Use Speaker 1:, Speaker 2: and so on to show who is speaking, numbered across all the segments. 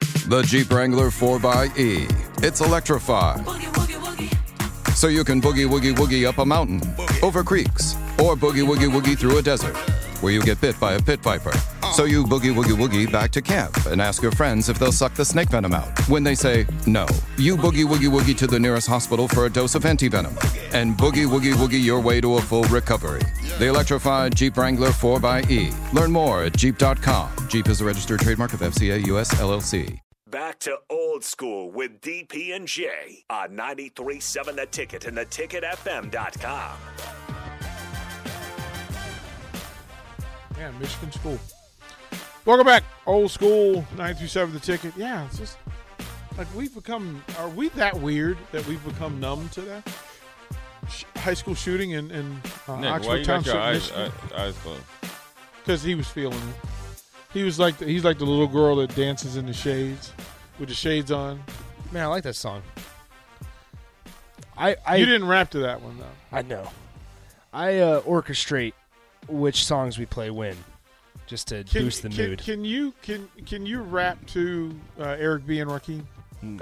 Speaker 1: The Jeep Wrangler 4xE. It's electrified. So you can boogie woogie woogie up a mountain, over creeks, or boogie woogie woogie through a desert where you get bit by a pit viper. So you boogie woogie woogie back to camp and ask your friends if they'll suck the snake venom out. When they say no, you boogie woogie woogie to the nearest hospital for a dose of antivenom and boogie woogie woogie your way to a full recovery. The electrified Jeep Wrangler 4xE. Learn more at jeep.com. Jeep is a registered trademark of FCA US LLC.
Speaker 2: Back to old school with DP and J on 937 the ticket and the ticketfm.com.
Speaker 3: Yeah, Michigan School. Welcome back, old school 937 the ticket. Yeah, it's just like we've become are we that weird that we've become numb to that? Sh- high school shooting in, in uh,
Speaker 4: Nick, why
Speaker 3: Oxford
Speaker 4: you got
Speaker 3: Township,
Speaker 4: your eyes,
Speaker 3: Michigan.
Speaker 4: eye- eyes closed?
Speaker 3: Because he was feeling it. He was like the, he's like the little girl that dances in the shades with the shades on.
Speaker 5: Man, I like that song. I I
Speaker 3: you didn't rap to that one though.
Speaker 5: I know. I uh, orchestrate which songs we play when, just to
Speaker 3: Can,
Speaker 5: boost the
Speaker 3: can,
Speaker 5: mood.
Speaker 3: Can you can can you rap to uh, Eric B and Rakim?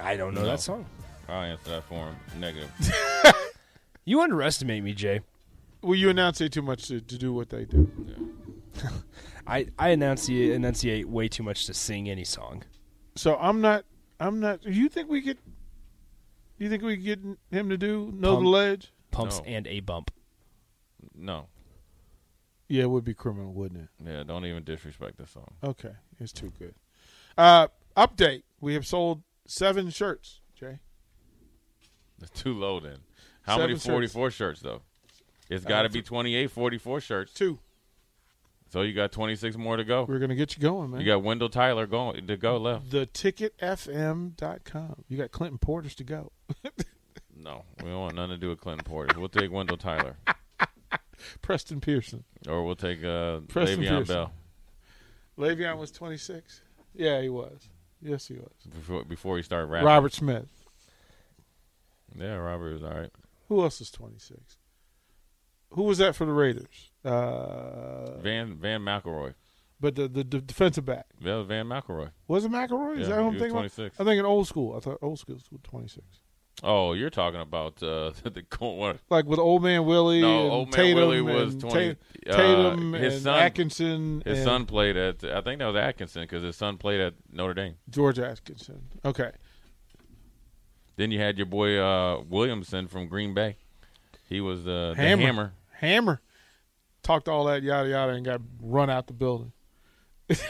Speaker 5: I don't know
Speaker 4: No.
Speaker 5: that song.
Speaker 4: I'll answer that for him. Negative.
Speaker 5: You underestimate me, Jay.
Speaker 3: Well, you enunciate too much to, to do what they do.
Speaker 5: I I enunciate enunciate way too much to sing any song.
Speaker 3: So I'm not. I'm not. You think we could? You think we could get him to do know
Speaker 5: Pump.
Speaker 3: the ledge?
Speaker 5: Pumps
Speaker 4: No.
Speaker 5: and a bump.
Speaker 4: No.
Speaker 3: Yeah, it would be criminal, wouldn't
Speaker 4: Yeah, don't even disrespect this song.
Speaker 3: it? Okay, it's too good. Uh, update: We have sold seven shirts. Jay,
Speaker 4: It's too low then. How many
Speaker 3: Seven shirts.
Speaker 4: 44 shirts, though? It's got to be 28, 44 shirts.
Speaker 3: two.
Speaker 4: So you got 26 more to go.
Speaker 3: We're gonna get you going, man.
Speaker 4: You got Wendell Tyler going to go left.
Speaker 3: Theticketfm.com. You got Clinton Porters to go.
Speaker 4: No, we don't want nothing to do with Clinton Porter. We'll take Wendell Tyler,
Speaker 3: Preston Pearson.
Speaker 4: or we'll take uh,
Speaker 3: Preston
Speaker 4: Le'Veon
Speaker 3: Pearson.
Speaker 4: Bell
Speaker 3: Le'Veon was 26. Yeah, he was. Yes, he was.
Speaker 4: before, before he started rapping.
Speaker 3: Robert Smith.
Speaker 4: Yeah, Robert was all right.
Speaker 3: Who else is 26? Who was that for the Raiders? Uh,
Speaker 4: Van Van McElroy.
Speaker 3: but the, the the defensive back.
Speaker 4: Yeah, Van McElroy.
Speaker 3: Was it McElroy? Is
Speaker 4: Yeah,
Speaker 3: that who I'm
Speaker 4: he was
Speaker 3: thinking
Speaker 4: 26.
Speaker 3: about? I'm thinking old school. I thought old school was 26.
Speaker 4: Oh, you're talking about uh, the cool one.
Speaker 3: Like with Old Man Willie
Speaker 4: No,
Speaker 3: and
Speaker 4: Old Man
Speaker 3: Tatum
Speaker 4: Willie was
Speaker 3: and
Speaker 4: 20
Speaker 3: Ta- Tatum
Speaker 4: uh, his
Speaker 3: and
Speaker 4: son-
Speaker 3: Atkinson
Speaker 4: His
Speaker 3: and
Speaker 4: son played at. I think that was Atkinson because his son played at Notre Dame.
Speaker 3: George Atkinson. Okay.
Speaker 4: Then you had your boy uh, Williamson from Green Bay. He was the the
Speaker 3: Hammer.
Speaker 4: hammer.
Speaker 3: Hammer talked all that yada yada and got run out the building.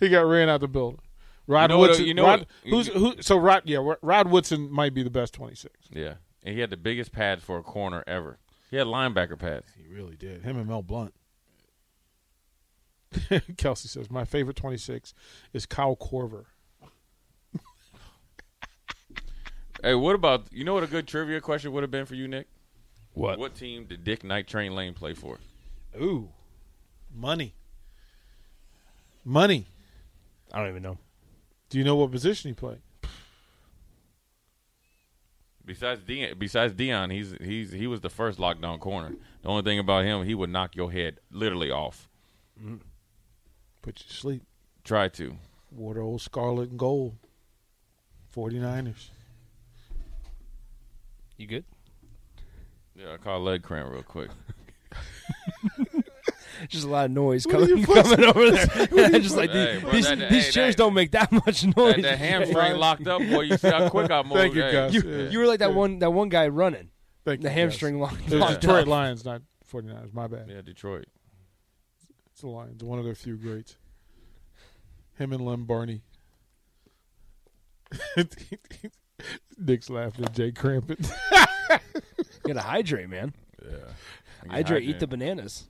Speaker 3: he got ran out the building. Rod
Speaker 4: know what-
Speaker 3: Woodson.
Speaker 4: you know
Speaker 3: Rod,
Speaker 4: what-
Speaker 3: who's who? So Rod, yeah, Rod Woodson might be the best twenty six.
Speaker 4: Yeah, and he had the biggest pads for a corner ever. He had linebacker pads.
Speaker 3: He really did. Him and Mel Blunt. Kelsey says my favorite twenty six is Kyle Corver.
Speaker 4: Hey, what about you know what a good trivia question would have been for you, Nick?
Speaker 5: What?
Speaker 4: What team did Dick Knight Train Lane play for?
Speaker 3: Ooh, money, money.
Speaker 5: I don't even know.
Speaker 3: Do you know what position he played?
Speaker 4: Besides Dion, besides Dion, he's he's he was the first lockdown corner. The only thing about him, he would knock your head literally off.
Speaker 3: Put you to sleep.
Speaker 4: Try to.
Speaker 3: Wore the old scarlet and gold. 49ers.
Speaker 5: You good?
Speaker 4: Yeah, I call leg cramp real quick.
Speaker 5: Just a lot of noise
Speaker 3: What are
Speaker 5: coming,
Speaker 3: you
Speaker 5: coming over there. just like
Speaker 4: Hey,
Speaker 5: these,
Speaker 4: bro,
Speaker 5: these,
Speaker 4: that- that-
Speaker 5: these
Speaker 4: hey,
Speaker 5: chairs
Speaker 4: that-
Speaker 5: don't make that much noise.
Speaker 4: Had that hamstring locked up, boy. You see how quick I moved.
Speaker 3: Thank you,
Speaker 4: hey.
Speaker 3: guys.
Speaker 5: You,
Speaker 3: Yeah.
Speaker 5: you were like that one that one guy running
Speaker 3: Thank
Speaker 5: the
Speaker 3: you,
Speaker 5: hamstring
Speaker 3: guys.
Speaker 5: locked,
Speaker 3: It was
Speaker 5: locked
Speaker 3: Detroit
Speaker 5: up.
Speaker 3: Lions, not 49ers. My bad.
Speaker 4: Yeah, Detroit.
Speaker 3: It's the Lions. One of their few greats. Him and Lem Barney. Nick's laughing at Jay Crampton.
Speaker 5: You gotta hydrate, man.
Speaker 4: Yeah. I get
Speaker 5: Hydrate. Eat the
Speaker 4: hydrated.
Speaker 5: bananas.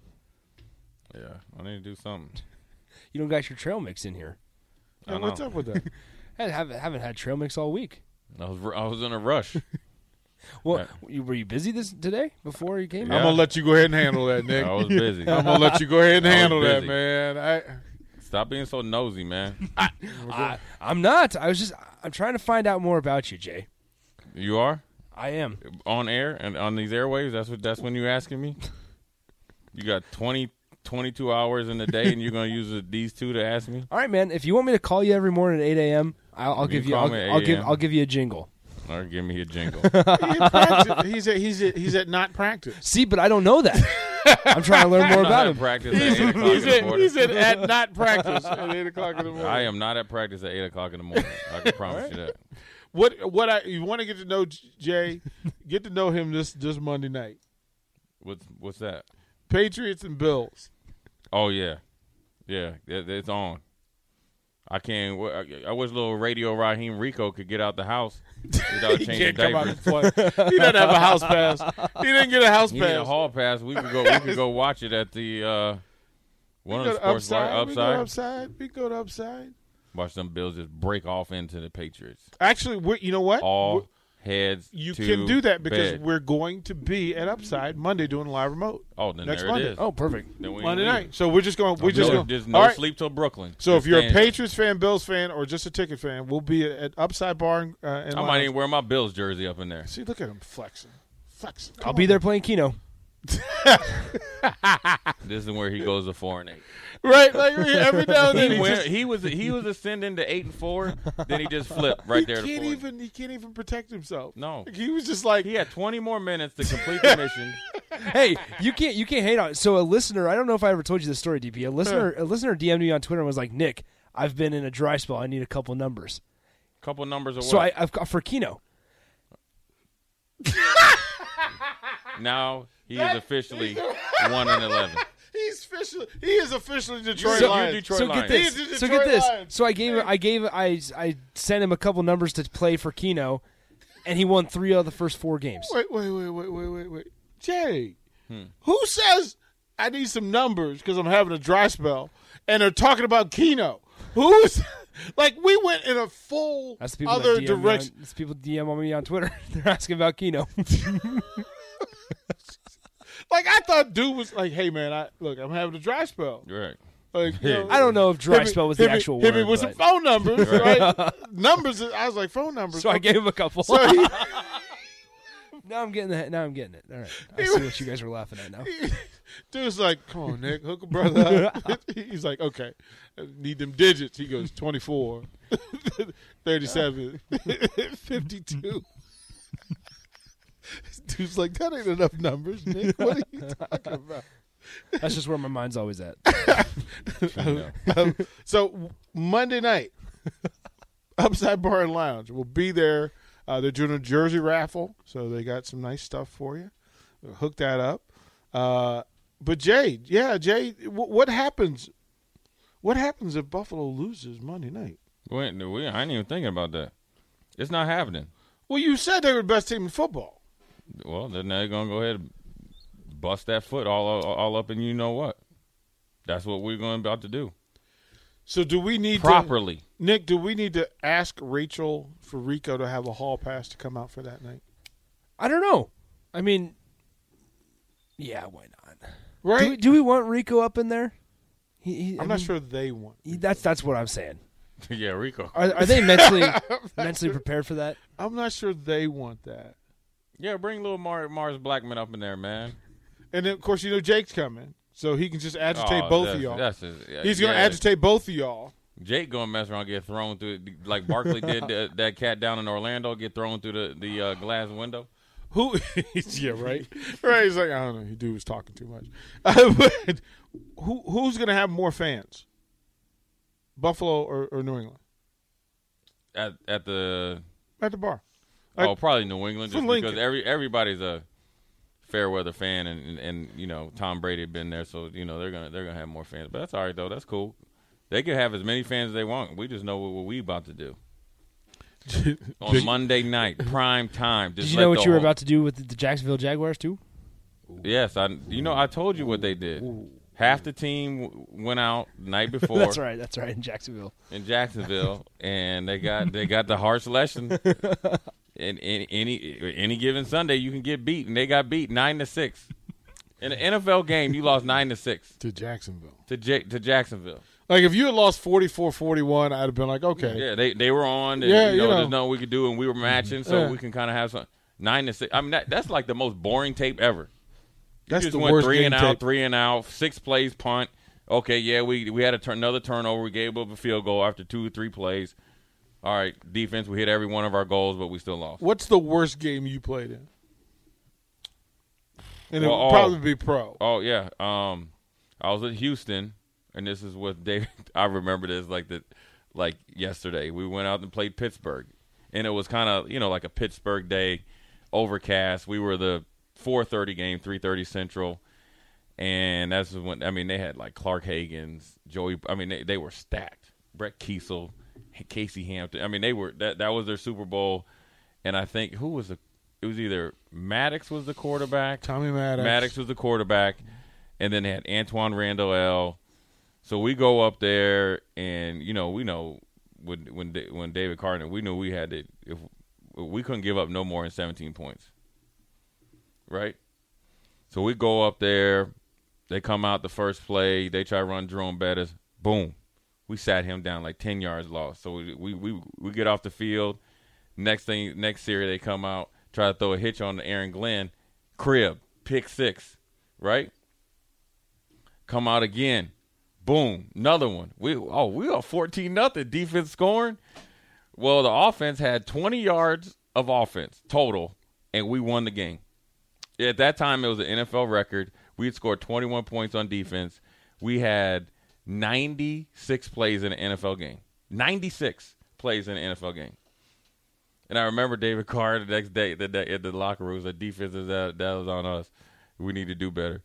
Speaker 4: Yeah, I need to do something.
Speaker 5: You don't got your trail mix in here.
Speaker 4: I
Speaker 3: Now, what's
Speaker 4: know.
Speaker 3: up with that?
Speaker 5: I haven't, haven't had trail mix all week.
Speaker 4: I was I was in a rush.
Speaker 5: Well, you, were you busy this today before you came?
Speaker 4: Yeah.
Speaker 3: I'm going to let you go ahead and handle that, Nick.
Speaker 4: I was busy.
Speaker 3: I'm going to let you go ahead and
Speaker 4: I was
Speaker 3: handle that,
Speaker 4: busy.
Speaker 3: man. I,
Speaker 4: Stop being so nosy, man.
Speaker 5: I, Uh, I'm not. I was just. I'm trying to find out more about you, Jay.
Speaker 4: You are
Speaker 5: I am.
Speaker 4: on air and on these airwaves. That's what. That's when you're asking me. You got 20, 22 hours in the day, and you're gonna use these two to ask me.
Speaker 5: All right, man. If you want me to call you every morning at 8 a.m., I'll, I'll
Speaker 4: You
Speaker 5: give you.
Speaker 4: call
Speaker 5: I'll,
Speaker 4: me at
Speaker 5: I'll give.
Speaker 4: 8
Speaker 5: I'll give you a jingle.
Speaker 4: All right, give me a jingle.
Speaker 3: He at practice- he's at he's at he's at not practice.
Speaker 5: See, but I don't know that. I'm trying to learn
Speaker 4: I'm
Speaker 5: more
Speaker 4: not
Speaker 5: about
Speaker 4: at
Speaker 5: him.
Speaker 4: practice at 8 o'clock in the morning.
Speaker 3: at not practice at eight o'clock in the morning.
Speaker 4: I am not at practice at 8 o'clock in the morning. I can promise you that.
Speaker 3: What what I you want to get to know J- Jay? Get to know him this this Monday night.
Speaker 4: What's, what's that?
Speaker 3: Patriots and Bills.
Speaker 4: Oh, yeah. Yeah, it- it's on. I can't. wa- I- I wish little Radio Raheem Rico could get out the house without
Speaker 3: He can't
Speaker 4: changing
Speaker 3: come out
Speaker 4: diapers.
Speaker 3: and play. He doesn't have a house pass. He didn't get a house
Speaker 4: He need a
Speaker 3: pass.
Speaker 4: hall pass. We could go. We could go watch it at the uh, one
Speaker 3: We go
Speaker 4: of the
Speaker 3: to
Speaker 4: sports bar,
Speaker 3: upside. We go to
Speaker 4: upside.
Speaker 3: upside. We go to upside.
Speaker 4: Watch them Bills just break off into the Patriots.
Speaker 3: Actually, we you know what?
Speaker 4: All
Speaker 3: We're-
Speaker 4: heads.
Speaker 3: you
Speaker 4: to
Speaker 3: can do that because
Speaker 4: bed.
Speaker 3: we're going to be at Upside Monday doing live remote.
Speaker 4: oh, then
Speaker 3: next
Speaker 4: there
Speaker 3: Monday.
Speaker 4: it is.
Speaker 5: Oh, perfect.
Speaker 4: Then we ain't
Speaker 3: Monday
Speaker 4: leaving.
Speaker 3: night. So we're just going. We're just
Speaker 4: no,
Speaker 3: going.
Speaker 4: there's no
Speaker 3: all right.
Speaker 4: sleep till Brooklyn.
Speaker 3: So if
Speaker 4: Just
Speaker 3: you're a
Speaker 4: stand-
Speaker 3: Patriots fan, Bills fan, or just a ticket fan, we'll be at Upside Bar. And, uh, in
Speaker 4: I might
Speaker 3: Lounge.
Speaker 4: even wear my Bills jersey up in there.
Speaker 3: See, look at him flexing, flexing.
Speaker 5: I'll be there playing Keno.
Speaker 4: This is where he goes to four and eight.
Speaker 3: right. Like every now and then
Speaker 4: He,
Speaker 3: he
Speaker 4: went-
Speaker 3: just-
Speaker 4: he was he was ascending to eight and four. Then he just flipped right there.
Speaker 3: He
Speaker 4: to
Speaker 3: can't
Speaker 4: four.
Speaker 3: even. He can't even protect himself.
Speaker 4: No.
Speaker 3: Like, he was just like
Speaker 4: He had twenty more minutes to complete the mission.
Speaker 5: hey, you can't you can't hate on. So a listener, I don't know if I ever told you this story, DP. A listener, a listener DM'd me on Twitter and was like, "Nick, I've been in a dry spell. I need a couple numbers."
Speaker 4: Couple numbers away.
Speaker 5: So I, I've got for Keno.
Speaker 4: Now he is officially one and eleven.
Speaker 3: he's officially. He is officially Detroit
Speaker 4: you're
Speaker 3: Lions.
Speaker 4: Detroit
Speaker 5: so
Speaker 4: Lions.
Speaker 5: get
Speaker 3: He's the
Speaker 5: this. So
Speaker 3: Detroit
Speaker 5: get this.
Speaker 3: Lions.
Speaker 5: So I gave I gave I I sent him a couple numbers to play for Keno, and he won three out of the first four games.
Speaker 3: Wait, wait, wait, wait, wait, wait, wait. Jay,
Speaker 5: Hmm.
Speaker 3: who says I need some numbers because I'm having a dry spell, and they're talking about Keno? Who's like we went in a full
Speaker 5: That's the people
Speaker 3: other
Speaker 5: that DM me on-
Speaker 3: direction.
Speaker 5: that's people DM on me on Twitter. They're asking about Keno.
Speaker 3: Like I thought, dude was like, "Hey man, I look, I'm having a dry spell."
Speaker 4: Right.
Speaker 3: Like you know,
Speaker 5: I don't know if dry
Speaker 3: hit me-
Speaker 5: spell was
Speaker 3: hit
Speaker 5: the
Speaker 3: me-
Speaker 5: actual
Speaker 3: hit me
Speaker 5: word.
Speaker 3: with some
Speaker 5: but-
Speaker 3: phone numbers, right? numbers. is- I was like, phone numbers.
Speaker 5: so I gave him a couple.
Speaker 3: So he-
Speaker 5: now I'm getting the, now I'm getting it. All right, I see what you guys are laughing at now.
Speaker 3: Dude's like, come on, Nick, hook a brother up. He's like, okay, I need them digits. He goes 24, 37, 52. Dude's like, that ain't enough numbers, Nick. What are you talking about?
Speaker 5: That's just where my mind's always at.
Speaker 4: No.
Speaker 3: Um, so Monday night, Upside Bar and Lounge will be there. Uh, they're doing a jersey raffle, so they got some nice stuff for you. We'll hook that up. Uh, but Jay, yeah, Jay, w- what happens? What happens if Buffalo loses Monday night?
Speaker 4: We, ain't- we, I ain't even thinking about that. It's not happening.
Speaker 3: Well, you said they were the best team in football.
Speaker 4: Well, then they're gonna go ahead and bust that foot all all up, and you know what? That's what we're going about to do
Speaker 3: So do we need
Speaker 4: properly.
Speaker 3: to, Nick? Do we need to ask Rachel for Rico to have a hall pass to come out for that night?
Speaker 5: I don't know. I mean, yeah, why not? Do we,
Speaker 3: Right?
Speaker 5: do we want Rico up in there? He, he,
Speaker 3: I'm
Speaker 5: I
Speaker 3: not
Speaker 5: mean,
Speaker 3: sure they want.
Speaker 5: he- that's that's what I'm saying.
Speaker 4: yeah, Rico.
Speaker 5: Are, are they mentally mentally prepared for that?
Speaker 3: I'm not sure they want that.
Speaker 4: Yeah, bring little Mar- Mars Blackman up in there, man.
Speaker 3: And then, of course, you know Jake's coming, so he can just agitate
Speaker 4: Oh,
Speaker 3: both
Speaker 4: that's-
Speaker 3: of y'all.
Speaker 4: That's his- yeah,
Speaker 3: He's gonna
Speaker 4: yeah.
Speaker 3: agitate both of y'all.
Speaker 4: Jake gonna mess around, get thrown through like Barkley did uh, that cat down in Orlando, get thrown through the the uh, glass window.
Speaker 3: Who? yeah, right. Right. He's like, I don't know. He dude was talking too much. Uh, But who who's gonna have more fans? Buffalo or, or New England
Speaker 4: at at the
Speaker 3: at the bar?
Speaker 4: oh probably New England
Speaker 3: For
Speaker 4: just
Speaker 3: Lincoln.
Speaker 4: because every everybody's a fair weather fan and, and and you know Tom Brady had been there so you know they're gonna they're gonna have more fans but that's all right though that's cool they can have as many fans as they want we just know what, what we about to do on Monday night prime time just
Speaker 5: Did you
Speaker 4: let
Speaker 5: know what
Speaker 4: the
Speaker 5: you were
Speaker 4: whole-
Speaker 5: about to do with the Jacksonville Jaguars too?
Speaker 4: yes I you know I told you what they did half the team w- went out the night before
Speaker 5: That's right. That's right. In Jacksonville.
Speaker 4: in Jacksonville, and they got they got the harsh lesson. And any, any any given Sunday, you can get beat, and they got beat nine to six. In an NFL game, you lost nine to six
Speaker 3: To Jacksonville.
Speaker 4: to J- to Jacksonville.
Speaker 3: Like if you had lost 44-41, I'd have been like, okay.
Speaker 4: Yeah, they they were on. And,
Speaker 3: Yeah,
Speaker 4: you know,
Speaker 3: you know.
Speaker 4: there's nothing we could do, and we were matching, so
Speaker 3: Yeah.
Speaker 4: we can kind of have some nine to six. I mean, that, that's like the most boring tape ever.
Speaker 3: That's
Speaker 4: you just
Speaker 3: the
Speaker 4: went
Speaker 3: worst
Speaker 4: three
Speaker 3: game
Speaker 4: and
Speaker 3: tape.
Speaker 4: out, three and out, six plays, punt. Okay, yeah, we we had a turn, another turnover. We gave up a field goal after two or three plays. all right, defense, we hit every one of our goals, but we still lost.
Speaker 3: What's the worst game you played in? And
Speaker 4: Well,
Speaker 3: it would
Speaker 4: all-
Speaker 3: probably be pro.
Speaker 4: Oh yeah. Um, I was at Houston, and this is with David. I remember this like the, like yesterday. We went out and played Pittsburgh, and it was kind of you know like a Pittsburgh day, overcast. We were the 4:30 game, 3:30 Central, and that's when I mean they had like Clark Hagen's, Joey. I mean they they were stacked. Brett Kiesel, H- Casey Hampton. I mean they were that that was their Super Bowl, and I think who was the it was either Maddox was the quarterback.
Speaker 3: Tommy Maddox.
Speaker 4: Maddox was the quarterback, and then they had Antoine Randall L. So we go up there, and you know we know when when Da- when David Carter, we knew we had to if we couldn't give up no more than 17 points, right? So we go up there, they come out the first play, they try to run Jerome Bettis, boom, we sat him down like 10 yards lost. So we we we, we get off the field. Next thing, next series, they come out, try to throw a hitch on to Aaron Glenn, crib, pick six, right? Come out again, boom, another one. We oh we are fourteen nothing defense scoring. Well, the offense had twenty yards of offense total, and we won the game. At that time, it was an NFL record. We had scored twenty one points on defense. We had ninety six plays in an NFL game. Ninety six plays in an NFL game. And I remember David Carr the next day, the day at the locker room, the defense is that that was on us. We need to do better.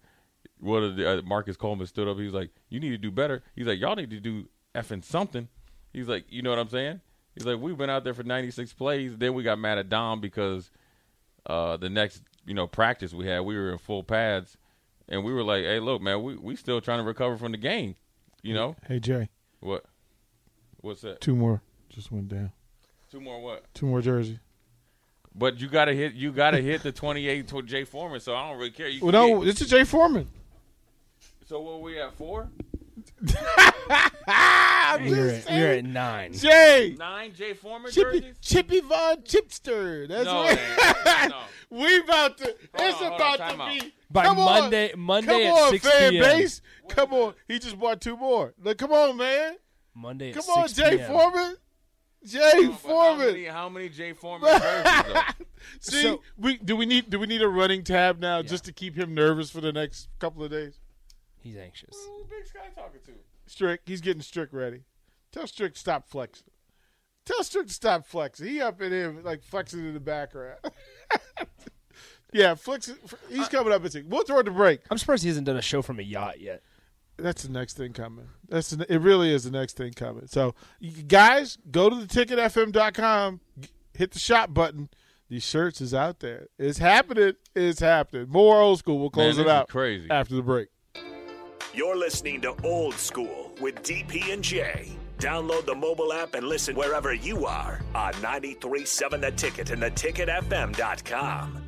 Speaker 4: What are the, uh, Marcus Coleman stood up. He was like, "You need to do better." He's like, "Y'all need to do effing something." He's like, "You know what I'm saying?" He's like, "We've been out there for 96 plays. Then we got mad at Dom because uh, the next you know practice we had, we were in full pads, and we were like, "Hey, look, man, we we still trying to recover from the game." You know
Speaker 3: Hey Jay,
Speaker 4: what? What's that?
Speaker 3: two more just went down.
Speaker 4: Two more what?
Speaker 3: Two more jersey.
Speaker 4: But you gotta hit. You gotta hit the twenty eight to Jay Foreman. So I don't really care. You
Speaker 3: Well,
Speaker 4: can
Speaker 3: no,
Speaker 4: get-
Speaker 3: it's a Jay Foreman.
Speaker 4: so what we at four
Speaker 5: We were at, we were at nine.
Speaker 3: Jay,
Speaker 4: nine Jay Foreman
Speaker 3: Chippy,
Speaker 4: jerseys?
Speaker 3: Chippy Von Chipster. That's
Speaker 4: No,
Speaker 3: right.
Speaker 4: man, no.
Speaker 3: we about to. it's
Speaker 4: on, hold
Speaker 3: about
Speaker 4: on,
Speaker 3: to
Speaker 4: time
Speaker 3: be.
Speaker 4: out.
Speaker 5: By
Speaker 3: come on.
Speaker 5: Monday- Monday
Speaker 3: come
Speaker 5: at
Speaker 3: on,
Speaker 5: 6
Speaker 3: fan
Speaker 5: p.m..
Speaker 3: base. Come on, he just bought two more. Look, come on, man.
Speaker 5: Monday. At
Speaker 3: Come on,
Speaker 5: 6
Speaker 3: Jay
Speaker 5: PM.
Speaker 3: Foreman. Jay
Speaker 4: But How many,
Speaker 3: Foreman.
Speaker 4: how many Jay Foreman jerseys? though?
Speaker 3: See,
Speaker 5: So-
Speaker 3: we do we need do we need a running tab now just to keep him nervous for the next couple of days?
Speaker 5: He's anxious.
Speaker 4: Who Big Sky talking to?
Speaker 3: Strick, he's getting Strick ready. Tell Strick to stop flexing. Tell Strick to stop flexing. He up in here like flexing in the background. yeah, flexing. He's
Speaker 4: Uh,
Speaker 3: coming up at six. We'll throw it to break.
Speaker 5: I'm surprised he hasn't done a show from a yacht yet.
Speaker 3: That's the next thing coming. That's the, it. Really is the next thing coming. So, you guys, go to the ticketfm.com, g- hit the shop button. These shirts is out there. It's happening. It's happening. More old school. We'll close
Speaker 4: Man,
Speaker 3: it
Speaker 4: this is
Speaker 3: out
Speaker 4: crazy.
Speaker 3: after the break.
Speaker 2: You're listening to Old School with DP and J. Download the mobile app and listen wherever you are on 937 The Ticket and theticketfm.com.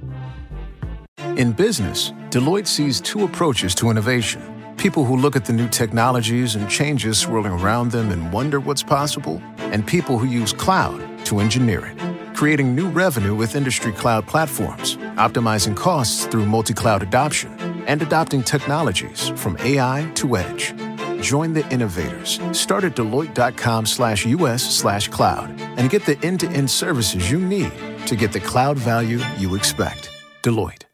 Speaker 6: In business, Deloitte sees two approaches to innovation people who look at the new technologies and changes swirling around them and wonder what's possible, and people who use cloud to engineer it, creating new revenue with industry cloud platforms, optimizing costs through multi cloud adoption, and adopting technologies from AI to edge. Join the innovators. Start at Deloitte.com slash US slash cloud and get the end to end services you need to get the cloud value you expect. Deloitte.